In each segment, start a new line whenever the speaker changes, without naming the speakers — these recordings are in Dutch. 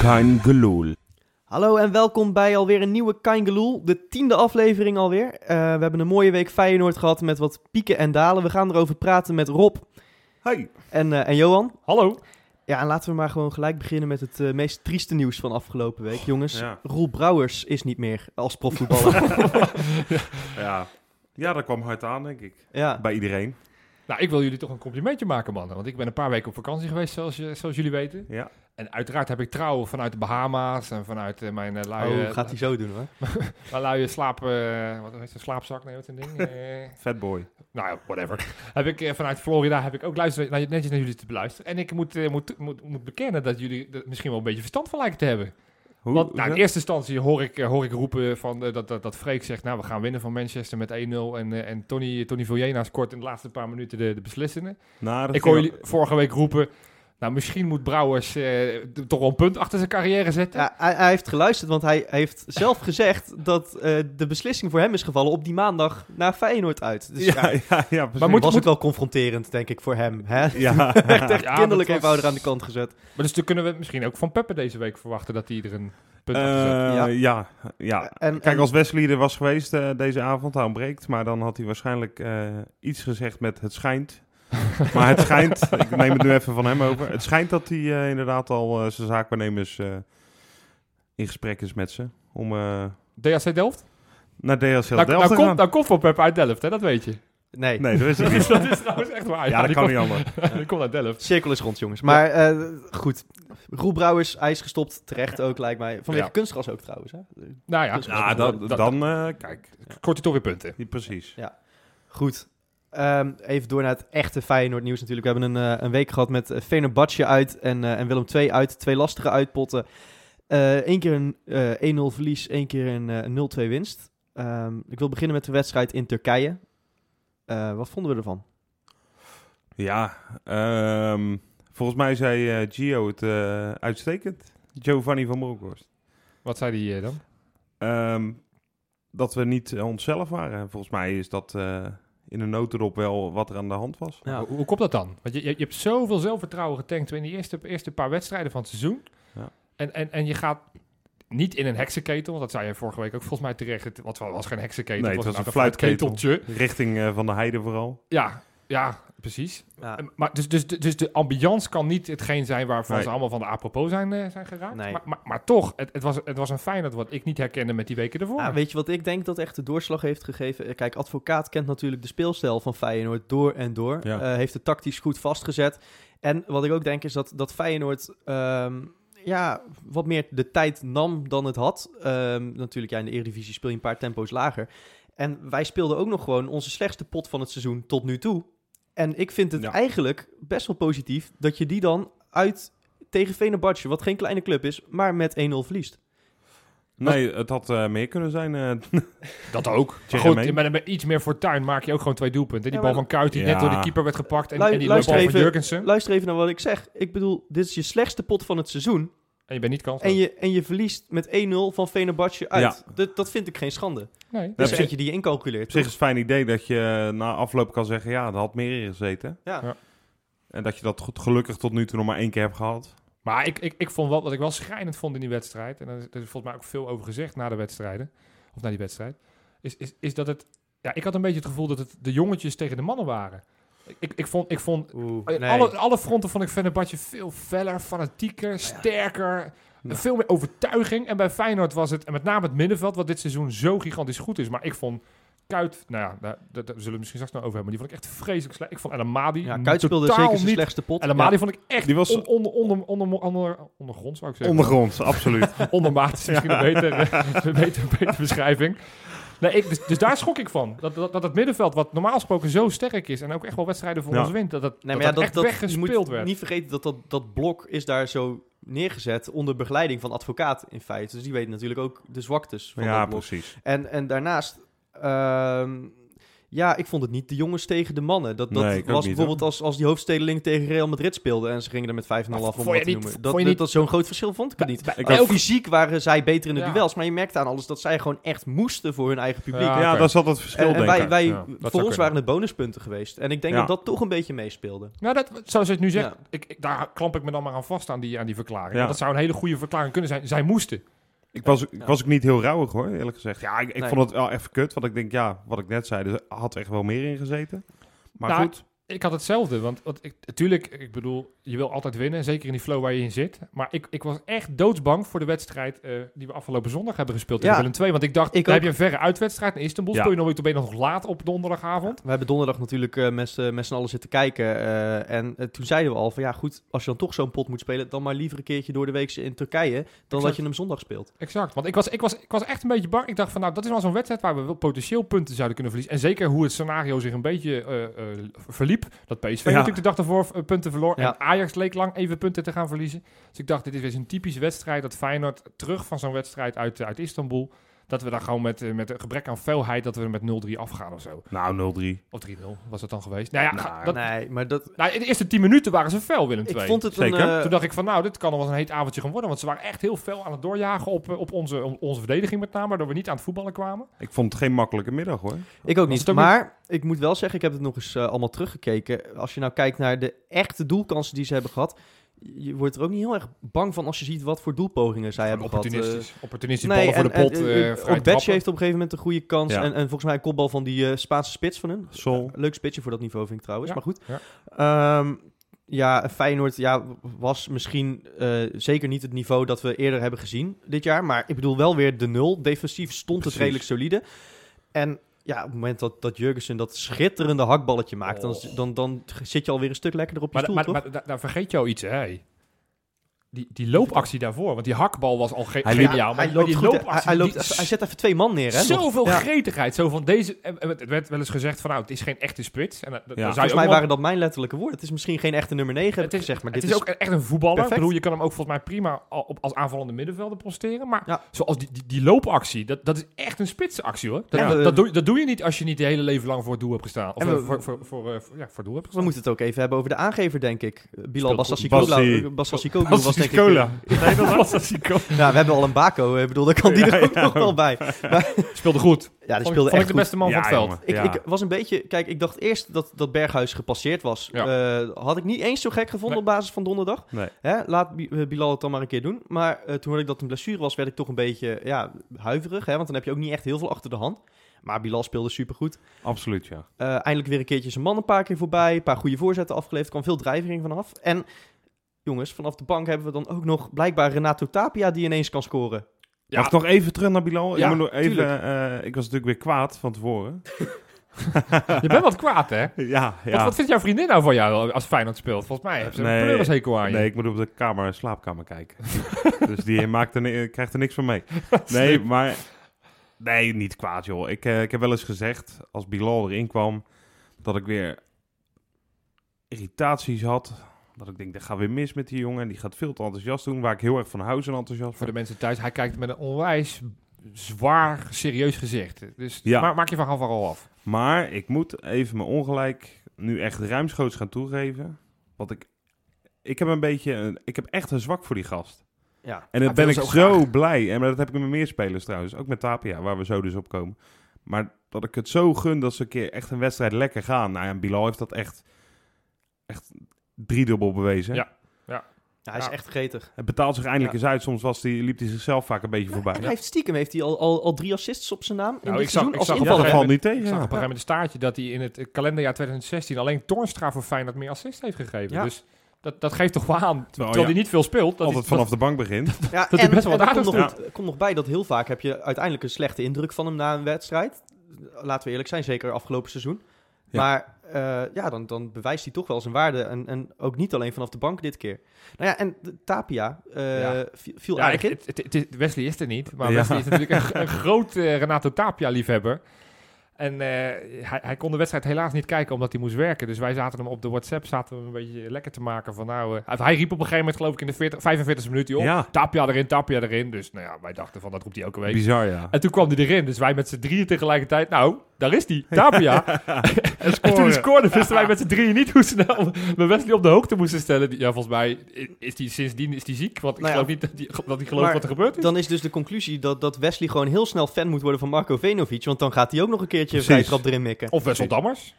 Kein Geloel.
Hallo en welkom bij alweer een nieuwe Kein Geloel, de tiende aflevering alweer. Eh, we hebben een mooie week Feyenoord gehad met wat pieken en dalen. We gaan erover praten met Rob
Hey.
en, eh, en Johan.
Hallo.
Ja, en laten we maar gewoon gelijk beginnen met het eh, meest trieste nieuws van afgelopen week, jongens.
Ja.
Roel Brouwers is niet meer als profvoetballer.
Ja. ja, dat kwam hard aan, denk ik.
ja.
Bij iedereen.
Nou, ik wil jullie toch een complimentje maken, mannen. Want ik ben een paar weken op vakantie geweest, zoals, je- zoals jullie weten.
Ja.
En uiteraard heb ik trouw vanuit de Bahama's en vanuit eh, mijn eh, luie,
Oh, gaat hij zo doen hoor.
mijn luie slaap... eh, wat heet het? Slaapzak? Nee, wat een ding? Eh,
Fatboy.
nou ja, whatever. heb ik, eh, vanuit Florida heb ik ook luisteren, nou, netjes naar jullie te beluisteren. En ik moet, eh, moet, moet, moet bekennen dat jullie er misschien wel een beetje verstand van lijken te hebben.
Hoe?
Want nou, in
ja?
eerste instantie hoor ik, eh, hoor ik roepen van, eh, dat, dat, dat Freek zegt... nou, we gaan winnen van Manchester met 1-0. En, eh, en Tony, Tony Villena scoort in de laatste paar minuten de, de beslissende.
Nou, dat
Ik
ging
hoor jullie
wel-
vorige week roepen. Nou, misschien moet Brouwers eh, d- toch wel een punt achter zijn carrière zetten.
Ja, hij, hij heeft geluisterd, want hij heeft zelf gezegd dat eh, de beslissing voor hem is gevallen op die maandag naar Feyenoord uit. Dus ja,
Ja, ja, ja, precies.
Maar moet-
was het wel confronterend, denk ik, voor hem. Hè?
Ja.
Hij heeft echt
Ja, dat
kinderlijk
was-
eenvoudig aan de kant gezet.
Maar dus dan kunnen we misschien ook van Peppe deze week verwachten dat hij er een punt achter zet.
Eh,
Ja.
ja. ja,
En-
Kijk,
en-
als Wesley er was geweest eh, deze avond, hij ontbreekt. Maar dan had hij waarschijnlijk eh, iets gezegd met het schijnt. maar het schijnt, ik neem het nu even van hem over. Het schijnt dat hij eh, inderdaad al eh, zijn zaakwaarnemers eh, in gesprek is met ze. Om eh,
DHC Delft?
naar DHL
Nou,
Delft
nou,
te
komt,
gaan.
nou komt van Peppe uit Delft, hè? dat weet je.
Nee.
Nee, dat is het niet.
dat is trouwens echt waar.
Ja, dat
die
kan niet
komt-
anders.
Die komt uit Delft.
Cirkel is rond, jongens. Maar eh, goed, Roel Brouwers, hij is gestopt. Terecht ook, lijkt mij. Vanwege
Ja.
kunstgras ook, trouwens. Hè?
Nou ja,
Ja, dan, dan eh, kijk,
kort hij toch weer punten.
niet precies.
Goed. Ehm, even door naar het echte Feyenoord nieuws natuurlijk. We hebben een, eh, een week gehad met eh, Fenerbahce uit en, eh, en Willem II uit. Twee lastige uitpotten. Eén keer een eh, 1-0 verlies, één keer een eh, 0-2 winst. Ehm, ik wil beginnen met de wedstrijd in Turkije. Eh, wat vonden we ervan?
Ja, ehm, volgens mij zei eh, Gio het eh, uitstekend. Giovanni van Bronckhorst.
Wat zei hij eh, dan?
Ehm, dat we niet eh, onszelf waren. Volgens mij is dat eh, in de notendop wel wat er aan de hand was.
Ja.
Hoe, hoe komt dat dan? Want je, je, je hebt zoveel zelfvertrouwen getankt in de eerste, eerste paar wedstrijden van het seizoen.
Ja.
En, en, en je gaat niet in een heksenketel, want dat zei je vorige week ook volgens mij terecht. Het wat was geen heksenketel,
Nee, het was een fluitketel.
fluitketeltje.
Richting eh, Van de Heide vooral.
Ja, ja, precies.
Ja.
En- Maar dus, dus, dus de ambiance kan niet hetgeen zijn waarvan
Nee.
ze allemaal van de apropos zijn, eh, zijn geraakt.
Nee.
Maar, maar, maar toch, het, het, was, het was een Feyenoord wat ik niet herkende met die weken ervoor.
Ah,
Nou, weet je wat ik denk dat echt de doorslag heeft gegeven? Eh, Kijk, advocaat kent natuurlijk de speelstijl van Feyenoord door en door.
Ja.
Eh, heeft het tactisch goed vastgezet. En wat ik ook denk is dat, dat Feyenoord ehm, ja, wat meer de tijd nam dan het had. Ehm, natuurlijk, ja, in de Eredivisie speel je een paar tempo's lager. En wij speelden ook nog gewoon onze slechtste pot van het seizoen tot nu toe. En ik vind het
Ja.
eigenlijk best wel positief dat je die dan uit tegen Venerbahce, wat geen kleine club is, maar met 1-0 verliest.
Nee, het had eh, meer kunnen zijn. eh,
dat ook. Maar
Jeremy.
goed, met, met iets meer fortuin maak je ook gewoon twee doelpunten. Die
Ja,
bal
maar-
van Kuit die
Ja.
net door de keeper werd gepakt en,
Lu-
en die bal
luister
van
even.
Jurgensen.
Luister even naar wat ik zeg. Ik bedoel, dit is je slechtste pot van het seizoen.
En je bent niet kansloos.
En je, en je verliest met 1-0 van Venerbahce uit. Dat, dat vind ik geen schande.
Nee.
Dat
op
is
zich-
eentje die je incalculeert.
op zich is het een fijn idee dat je eh, na afloop kan zeggen... ja, er had meer in gezeten.
Ja.
Ja.
En dat je dat goed, gelukkig tot nu toe nog maar één keer hebt gehad.
Maar ik, ik, ik vond wel, wat ik wel schrijnend vond in die wedstrijd, en daar is, daar is volgens mij ook veel over gezegd na de wedstrijden, of na die wedstrijd, is, is, is dat het... Ja, ik had een beetje het gevoel dat het de jongetjes tegen de mannen waren. Ik, ik, ik vond, ik vond
Oeh,
in
nee.
alle, alle fronten vond ik Fenerbahce veel feller, fanatieker, sterker,
Ja.
veel meer overtuiging. En bij Feyenoord was het, en met name het middenveld, wat dit seizoen zo gigantisch goed is. Maar ik vond Kuit, nou ja, daar, daar- daar zullen we misschien straks nog over hebben, maar die vond ik echt vreselijk slecht. Ik vond El Amadi
ja, Kuyt speelde
totaal
zeker zijn
niet
slechtste pot.
en Amadi vond ik echt
Die was-
on- onder, onder, onder, onder, ondergrond, zou ik zeggen.
Ondergronds, absoluut.
Ondermaat is misschien een betere, een betere, betere beschrijving. Nee, ik, dus, dus daar schrok ik van. Dat, dat, dat het middenveld, wat normaal gesproken zo sterk is... en ook echt wel wedstrijden voor
Ja.
ons wint... dat dat,
Nee,
dat,
maar ja,
dat echt
dat, dat, je
weggespeeld
moet
werd.
niet vergeten dat, dat dat blok is daar zo neergezet onder begeleiding van advocaat in feite. Dus die weten natuurlijk ook de zwaktes van
ja,
dat blok.
precies.
En, en daarnaast, ehm, Ja, ik vond het niet de jongens tegen de mannen. Dat, dat
Nee, ik ook
was
niet,
bijvoorbeeld als, als die hoofdstedeling tegen Real Madrid speelden en ze gingen er met 5-0 af, om
Maar
wat
vond
te
je niet-
noemen.
vond
Dat,
je
dat,
niet-
dat zo'n groot verschil vond ik het niet.
Ik
Heel
had-
fysiek waren zij beter in de
Ja.
duels, maar je merkte aan alles dat zij gewoon echt moesten voor hun eigen publiek.
Ja,
En-
Ja,
oké.
daar zat het verschil,
Ah, en
denk
wij,
ik.
wij,
Ja, dat zou
voor ons
kunnen.
waren het bonuspunten geweest. En ik denk
Ja.
dat dat toch een beetje meespeelde.
Nou, dat, zoals je het nu zegt,
Ja.
ik, ik- daar klamp ik me dan maar aan vast aan die, aan die verklaring.
Ja.
Want Dat zou een hele goede verklaring kunnen zijn. Zij moesten.
Ik was, ik
Ja.
was ook niet heel rauwig hoor, eerlijk gezegd. Ja, ik, ik
Nee.
vond het wel even kut, want ik denk, ja, wat ik net zei, dus er had echt wel meer in gezeten. Maar
Nou,
goed,
Ik had hetzelfde, want, want ik, natuurlijk, ik bedoel, je wil altijd winnen, zeker in die flow waar je in zit. Maar ik, ik was echt doodsbang voor de wedstrijd eh, die we afgelopen zondag hebben gespeeld tegen
Ja.
Willem II. Want ik dacht,
Ik
dan
ook.
heb je een verre uitwedstrijd in Istanbul.
Ja.
Speel je nog, ben je nog laat op donderdagavond.
We hebben donderdag natuurlijk eh, met, z'n- met z'n allen zitten kijken. eh, en eh, toen zeiden we al van ja, goed, als je dan toch zo'n pot moet spelen, dan maar liever een keertje door de week in Turkije dan dat
Exact.
je hem zondag speelt.
Exact, want ik was, ik, was, ik was echt een beetje bang. Ik dacht van, nou, dat is wel zo'n wedstrijd waar we wel potentieel punten zouden kunnen verliezen. En zeker hoe het scenario zich een beetje eh, eh, verliep. Dat PSV
Ja.
natuurlijk de dag daarvoor eh, punten verloor.
Ja.
En Ajax leek lang even punten te gaan verliezen. Dus ik dacht, dit is weer zo'n typische wedstrijd. Dat Feyenoord terug van zo'n wedstrijd uit, eh, uit Istanbul... dat we daar gewoon met, eh, met een gebrek aan felheid... dat we er met 0-3 afgaan of zo.
nou 0-3.
Of 3-0 was het dan geweest. Nou ja,
Nou,
ga- dat,
Nee, maar dat,
nou, in de eerste 10 minuten waren ze fel, Willem
ik
II.
vond het
Zeker.
een... eh,
Toen dacht ik van, nou, dit kan nog wel eens een heet avondje gaan worden. Want ze waren echt heel fel aan het doorjagen op, eh, op onze, om- onze verdediging met name. Waardoor we niet aan het voetballen kwamen.
Ik vond het geen makkelijke middag hoor.
Ik ook
Was
niet.
het ook
maar ik moet wel zeggen, ik heb het nog eens eh, allemaal teruggekeken. Als je nou kijkt naar de echte doelkansen die ze hebben gehad, je wordt er ook niet heel erg bang van als je ziet wat voor doelpogingen zij hebben gehad. Eh,
opportunistisch. opportunistisch
nee,
ballen voor
en-
de pot.
en,
eh,
eh,
vrije
Ogbetje
trappen.
heeft op een gegeven moment een goede kans.
Ja.
En, en volgens mij een kopbal van die eh, Spaanse spits van hun.
Sol.
Leuk spitsje voor dat niveau vind ik trouwens,
Ja,
maar goed. Ja, ja Feyenoord ja, was misschien eh, zeker niet het niveau dat we eerder hebben gezien dit jaar. Maar ik bedoel wel weer de nul. Defensief stond
Precies.
het redelijk solide. En ja, op het moment dat, dat Jurgensen dat schitterende hakballetje maakt... Dan,
Oh.
dan, dan zit je alweer een stuk lekkerder op je
Maar,
stoel,
maar,
toch?
maar, da- daar vergeet je al iets, hè? hey. Die, die loopactie daarvoor. Want die hakbal was al ge
Hij liep-
geniaal. maar,
hij
maar
loopt
die
goed. Hij,
loopactie...
hij, loopt,
die-
even- hij zet even twee man neer, hè? nog.
Zoveel
Ja.
gretigheid. Zo van deze... en- en Het werd wel eens gezegd van, nou, het is geen echte spits. En, dat- dat-
Ja.
daar zou je
Volgens
ook
mij
wel-
waren dat mijn letterlijke woorden. Het is misschien geen echte nummer 9, heb
Het
ik
is-
gezegd. Maar
het
dit
is ook e-, echt een voetballer. Ik
perfect.
bedoel, je kan hem ook volgens mij prima al- op, als aanvallende middenvelder posteren. Maar
Ja.
zoals die, die, die loopactie, dat, dat is echt een spitsenactie hoor. Dat,
En
dat-
we-
dat, doe, je- dat doe je niet als je niet je hele leven lang voor het doel hebt gestaan. Of
En we-
eh, voor, voor, voor, eh, voor- ja, voor het doel hebt
We
gestaan.
Dus moeten het ook even hebben over de aangever, denk ik. Bilal
Bassi.
Bassassikoglu Bassassikoglu was denk ik...
Cola.
Nee, dat was als die goal.
Ja, we hebben al een Baco. Ik bedoel, daar kan die
Ja,
er ook
ja.
nog wel bij.
Speelde goed.
Ja, die
Vond ik-
speelde
vond ik
echt
de
goed.
beste man van het veld.
Ik, ik was een beetje... Kijk, ik dacht eerst dat, dat Berghuis gepasseerd was. Eh, had ik niet eens zo gek gevonden
Nee.
op basis van donderdag.
Nee.
Hè, laat Bi- eh, Bilal het dan maar een keer doen. Maar eh, toen hoorde ik dat een blessure was, werd ik toch een beetje ja, huiverig. Hè, want dan heb je ook niet echt heel veel achter de hand. Maar Bilal speelde supergoed.
Absoluut, ja.
Eh, eindelijk weer een keertje zijn man een paar keer voorbij. Een paar goede voorzetten afgeleverd. Kwam veel drijvering vanaf. En jongens, vanaf de bank hebben we dan ook nog blijkbaar Renato Tapia die ineens kan scoren.
Ja.
Mag ik nog even terug naar Bilal?
Ja,
ik, moet nog even,
tuurlijk.
eh, ik was natuurlijk weer kwaad van tevoren.
Je bent wat kwaad hè?
ja,
Wat,
ja.
wat vindt jouw vriendin nou van jou als Feyenoord speelt? Volgens mij heeft ze
Nee.
een pleurishekel aan je.
Nee, ik moet op de kamer, slaapkamer kijken. dus die maakt er, ni- krijgt er niks van mee. Nee, maar... Nee, niet kwaad, joh. Ik, eh, ik heb wel eens gezegd, als Bilal erin kwam, dat ik weer irritaties had. Dat ik denk, dat gaat weer mis met die jongen. Die gaat veel te enthousiast doen, waar ik heel erg van hou, zijn enthousiast
Voor
van.
de mensen thuis, hij kijkt met een onwijs zwaar, serieus gezicht. Dus
Ja.
maar, maak je van Gavarol af.
Maar ik moet even mijn ongelijk nu echt ruimschoots gaan toegeven. Want ik, ik heb een beetje. een- ik heb echt een zwak voor die gast.
Ja.
En dat
Hij
ben
wil
ik
zo
zo, blij. En dat heb ik met meer spelers trouwens. Ook met Tapia, waar we zo dus op komen. Maar dat ik het zo gun dat ze een keer echt een wedstrijd lekker gaan. Nou ja, Bilal heeft dat echt. Echt driedubbel bewezen.
Ja.
hij is
Ja.
echt gretig.
Het betaalt zich eindelijk
Ja.
eens uit. Soms was die, liep hij zichzelf vaak een beetje voorbij.
En hij heeft stiekem heeft hij al, al, al drie assists op zijn naam in
Nou,
dit
ik zag-
seizoen
ik
als
zag hem
Ja, dat
invaller.
al-
valt niet
Ik
tegen.
zag op
ja.
een gegeven moment een staartje dat hij in het eh, kalenderjaar 2016 alleen Toornstra voor Feyenoord meer assist heeft gegeven.
Ja.
Dus dat, dat geeft toch wel aan, terwijl
ja,
hij niet veel speelt. Dat
Altijd
hij,
vanaf de bank begint.
Ja,
hij
en,
best wel
en er
aardig
komt nog, het- komt nog bij dat heel vaak heb je uiteindelijk een slechte indruk van hem na een wedstrijd. Laten we eerlijk zijn, zeker afgelopen seizoen.
Ja.
Maar eh, ja, dan, dan bewijst hij toch wel zijn waarde. En, en ook niet alleen vanaf de bank dit keer. Nou ja, en de Tapia eh,
Ja.
viel viel
ja,
aardig
ik-
in.
het- het- het- Wesley is er niet, maar
Ja.
Wesley is natuurlijk een, een groot eh, Renato Tapia-liefhebber. En eh, hij, hij kon de wedstrijd helaas niet kijken omdat hij moest werken. Dus wij zaten hem op de WhatsApp zaten we hem een beetje lekker te maken. Van, nou, eh, hij- hij riep op een gegeven moment, geloof ik, in de 40, 45 minuut op.
Ja,
Tapia erin, Tapia erin. Dus nou ja, wij dachten van, dat roept hij elke week.
bizar ja.
En toen kwam hij erin. Dus wij met z'n drieën tegelijkertijd. Nou, daar is die, Tapia.
En
En toen
scoren.
hij scoorde, wisten wij met z'n drieën niet hoe snel we Wesley op de hoogte moesten stellen. Die- Ja, volgens mij is die sindsdien is die ziek, want ik
Nou ja.
geloof niet dat die- dat hij gelooft
Maar
wat er gebeurd is.
Dan is dus de conclusie dat, dat Wesley gewoon heel snel fan moet worden van Marco Venovic. Want dan gaat hij ook nog een keertje een
Precies.
vrijtrap erin mikken.
Of Wessel Dammers.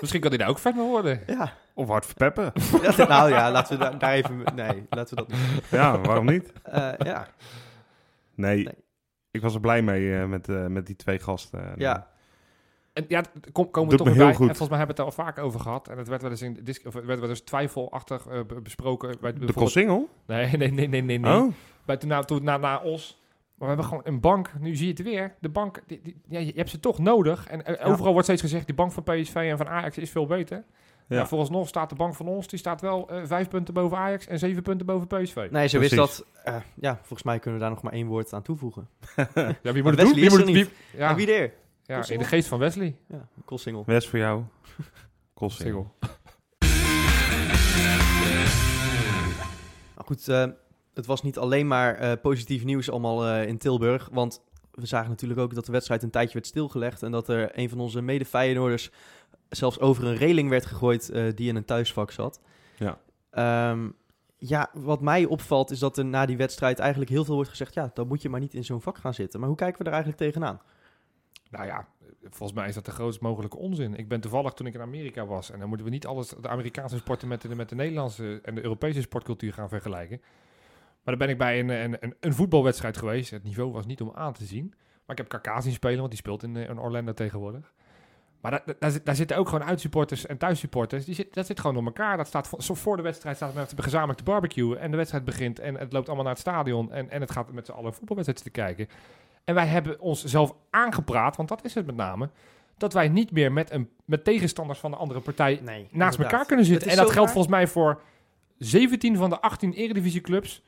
Misschien kan hij daar ook fan van worden.
Ja,
Of hard verpeppen.
dat- nou ja, laten we daar, daar even... Nee, laten we dat niet.
Ja, waarom niet?
Eh, ja,
Nee.
Nee.
Ik was er blij mee eh, met, eh, met die twee gasten.
ja.
En ja, het kom, komen we
Doet
toch
me
weer
heel
bij.
goed.
En volgens mij hebben we het daar al vaak over gehad. En het werd wel eens, in dis- of het werd wel eens twijfelachtig eh, be- besproken. Bij,
De Kossingel?
Nee, nee, nee, nee, nee. nee.
Oh.
Bij, toen, na, toen, na, na Os. Maar we hebben gewoon een bank. Nu zie je het weer. De bank, die, die- ja, je je hebt ze toch nodig. En eh,
Ja.
overal wordt steeds gezegd, die bank van PSV en van Ajax is veel beter. Ja.
Ja.
vooralsnog staat de bank van ons, die staat wel eh, vijf punten boven Ajax en zeven punten boven PSV.
Nee, zo is
Precies.
dat. eh, ja, volgens mij kunnen we daar nog maar één woord aan toevoegen.
Ja, wie
Maar
moet het doen?
Wesley
Wie
is
moet
er
het, wie,
En
ja,
wie er?
ja, in de geest van Wesley.
Ja, Koolsingel.
West voor jou. Kossingel.
Single.
Nou goed, eh, het was niet alleen maar eh, positief nieuws allemaal eh, in Tilburg. Want we zagen natuurlijk ook dat de wedstrijd een tijdje werd stilgelegd. En dat er een van onze mede Feyenoorders zelfs over een reling werd gegooid eh, die in een thuisvak zat.
Ja.
Ehm, ja, wat mij opvalt is dat er na die wedstrijd eigenlijk heel veel wordt gezegd... ja, dan moet je maar niet in zo'n vak gaan zitten. Maar hoe kijken we er eigenlijk tegenaan?
Nou ja, volgens mij is dat de grootst mogelijke onzin. Ik ben toevallig toen ik in Amerika was. En dan moeten we niet alles de Amerikaanse sporten met de, met de Nederlandse en de Europese sportcultuur gaan vergelijken. Maar dan ben ik bij een, een, een, een voetbalwedstrijd geweest. Het niveau was niet om aan te zien. Maar ik heb Kaká zien spelen, want die speelt in, eh, in Orlando tegenwoordig. Maar daar, daar, zit- daar zitten ook gewoon uitsupporters en thuissupporters. Die zit, dat zit gewoon door elkaar. Dat staat voor, zo voor de wedstrijd staat met gezamenlijk te barbecuen. En de wedstrijd begint en het loopt allemaal naar het stadion. En, en het gaat met z'n allen voetbalwedstrijd te kijken. En wij hebben onszelf aangepraat, want dat is het met name, dat wij niet meer met, een, met tegenstanders van de andere partij
Nee,
naast elkaar kunnen zitten.
Het
En
is
dat
zo
geldt
raar.
volgens mij voor 17 van de 18 eredivisieclubs.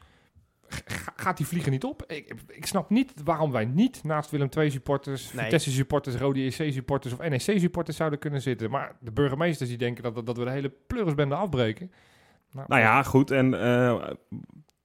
G- ga- Gaat die vliegen niet op? Ik, ik snap niet waarom wij niet naast Willem II supporters,
Nee.
Vitesse supporters, Rode EC supporters of NEC supporters zouden kunnen zitten. Maar de burgemeesters die denken dat, dat, dat we de hele pleurisbende afbreken.
Nou ja, goed. En eh,